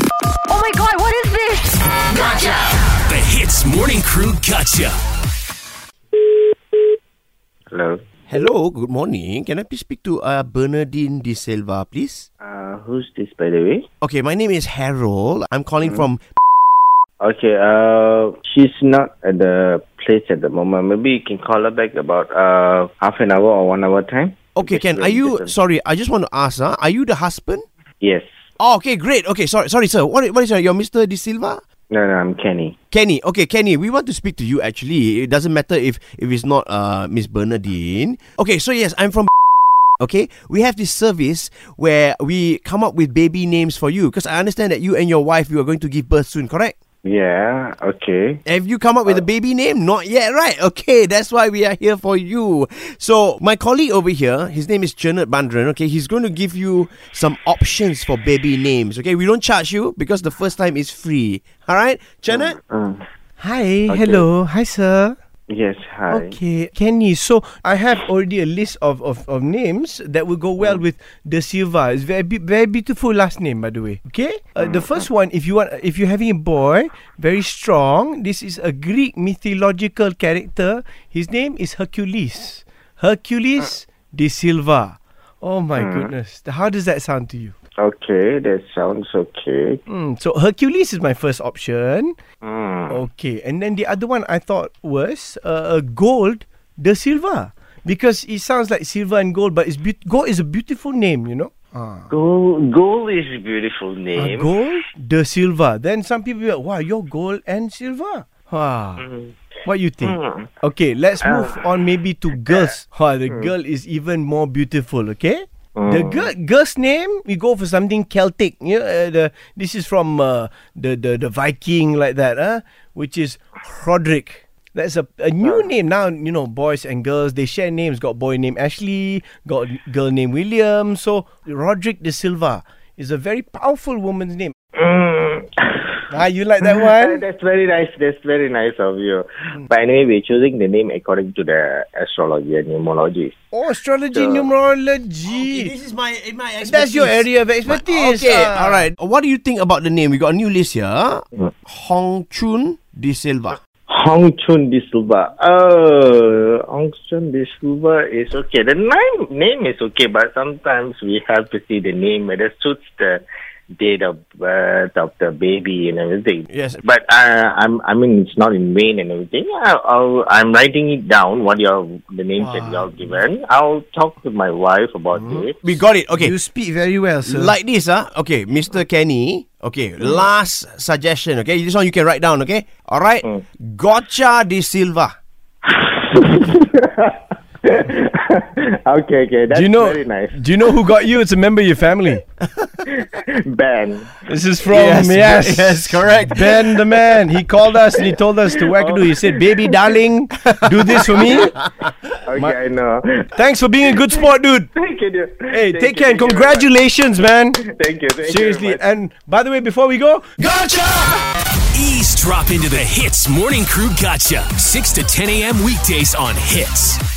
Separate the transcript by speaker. Speaker 1: Oh my god, what is this?
Speaker 2: The Hits Morning Crew Gotcha.
Speaker 3: Hello.
Speaker 4: Hello, good morning. Can I please speak to uh, Bernardine De Silva, please?
Speaker 3: Uh, who's this, by the way?
Speaker 4: Okay, my name is Harold. I'm calling from.
Speaker 3: Okay. Uh, she's not at the place at the moment. Maybe you can call her back about uh half an hour or one hour time.
Speaker 4: Okay,
Speaker 3: Just
Speaker 4: Ken,
Speaker 3: wait
Speaker 4: are you.
Speaker 3: just a-
Speaker 4: Sorry, I just want to ask, huh? are you the husband?
Speaker 3: Yes.
Speaker 4: Oh, okay, great. Okay, sorry, sorry, sir. What, what is your, your Mr. De Silva?
Speaker 3: No, no, I'm Kenny.
Speaker 4: Kenny, okay, Kenny, we want to speak to you actually. It doesn't matter if if it's not uh Miss Bernadine. Okay, so yes, I'm from Okay, we have this service where we come up with baby names for you because I understand that you and your wife you are going to give birth soon, correct?
Speaker 3: Yeah. Okay.
Speaker 4: Have you come up with a baby name? Not yet, right? Okay, that's why we are here for you. So my colleague over here, his name is Jernard Bandran. Okay, he's going to give you some options for baby names. Okay, we don't charge you because the first time is free. All right, Jernard.
Speaker 3: Mm.
Speaker 5: Hi, hello, hi, sir.
Speaker 3: Yes. Hi.
Speaker 5: Okay, Kenny. So I have already a list of, of, of names that will go well with the Silva. It's very be- very beautiful last name, by the way. Okay, uh, the first one, if you want, if you're having a boy, very strong. This is a Greek mythological character. His name is Hercules. Hercules
Speaker 4: Uh.
Speaker 5: de Silva. Oh my
Speaker 4: Hmm.
Speaker 5: goodness! How does that sound to you?
Speaker 3: Okay. That sounds okay.
Speaker 4: Hmm,
Speaker 5: Mm, so Hercules is my first option.
Speaker 3: Mm.
Speaker 5: Okay, and then the other one I thought was uh, uh, gold, the silver, because it sounds like silver and gold, but it's beaut gold is a beautiful name, you know. Ah,
Speaker 3: Gold. Gold is a beautiful
Speaker 5: Uh,
Speaker 3: name.
Speaker 5: gold, the silver. Then some people be like, wow, you're gold and silver. Ah, what you think? Okay, let's move on maybe to girls. Ah, the girl is even more beautiful. Okay. The girl, girl's name, we go for something Celtic. You know, uh, the this is from uh, the, the the Viking like that, huh? Which is Roderick. That's a, a new name now. You know, boys and girls they share names. Got boy named Ashley, got girl named William. So Roderick de Silva is a very powerful woman's name.
Speaker 4: Hmm.
Speaker 5: Ah, you like that
Speaker 3: Uh,
Speaker 5: one?
Speaker 3: Mm. that's very nice. That's very nice of you. But anyway, we're choosing the name according to the astrology and numerology.
Speaker 5: Oh, astrology,
Speaker 3: Sure.
Speaker 5: numerology.
Speaker 4: is my my expertise.
Speaker 5: That's your area of expertise.
Speaker 4: Okay,
Speaker 5: ah.
Speaker 4: all right. What do you think about the name? We got a new list here. Hong Chun De Silva.
Speaker 3: Hong Chun de Silva. Oh, Hong Chun de Silva is okay. The name name is okay, but sometimes we have to see the name whether suits the date of birth of the baby and everything.
Speaker 4: Yes.
Speaker 3: But uh, I'm I mean it's not in vain and everything. I, I'll, I'm writing it down. What your the names that you have given. I'll talk to my wife about
Speaker 5: Mm-hmm.
Speaker 3: it.
Speaker 4: We got it. Okay.
Speaker 5: You speak very well, sir.
Speaker 4: Like this, ah. Okay, Mr. Kenny. Okay, last suggestion. Okay, this one you can write down. Okay, all right. Gotcha De Silva.
Speaker 3: okay, okay, that's
Speaker 5: do you know?
Speaker 3: very nice.
Speaker 5: Do you know who got you? It's a member of your family.
Speaker 3: Ben.
Speaker 5: This is from
Speaker 4: Yes,
Speaker 5: yes,
Speaker 4: yes. correct.
Speaker 5: Ben the man. He called us and he told us to wackadoo. He said, "Baby, darling, do this for me."
Speaker 3: Okay, I know.
Speaker 5: Thanks for being a good sport, dude.
Speaker 3: Thank you. Thank you,
Speaker 5: Hey, take care and
Speaker 3: thank you very much.
Speaker 5: congratulations, man.
Speaker 3: Thank you. Thank you very
Speaker 5: Seriously.
Speaker 3: much.
Speaker 5: And by the way, before we go,
Speaker 2: Ease drop into the Hits Morning Crew Gotcha. 6 to 10 a.m. weekdays on Hits.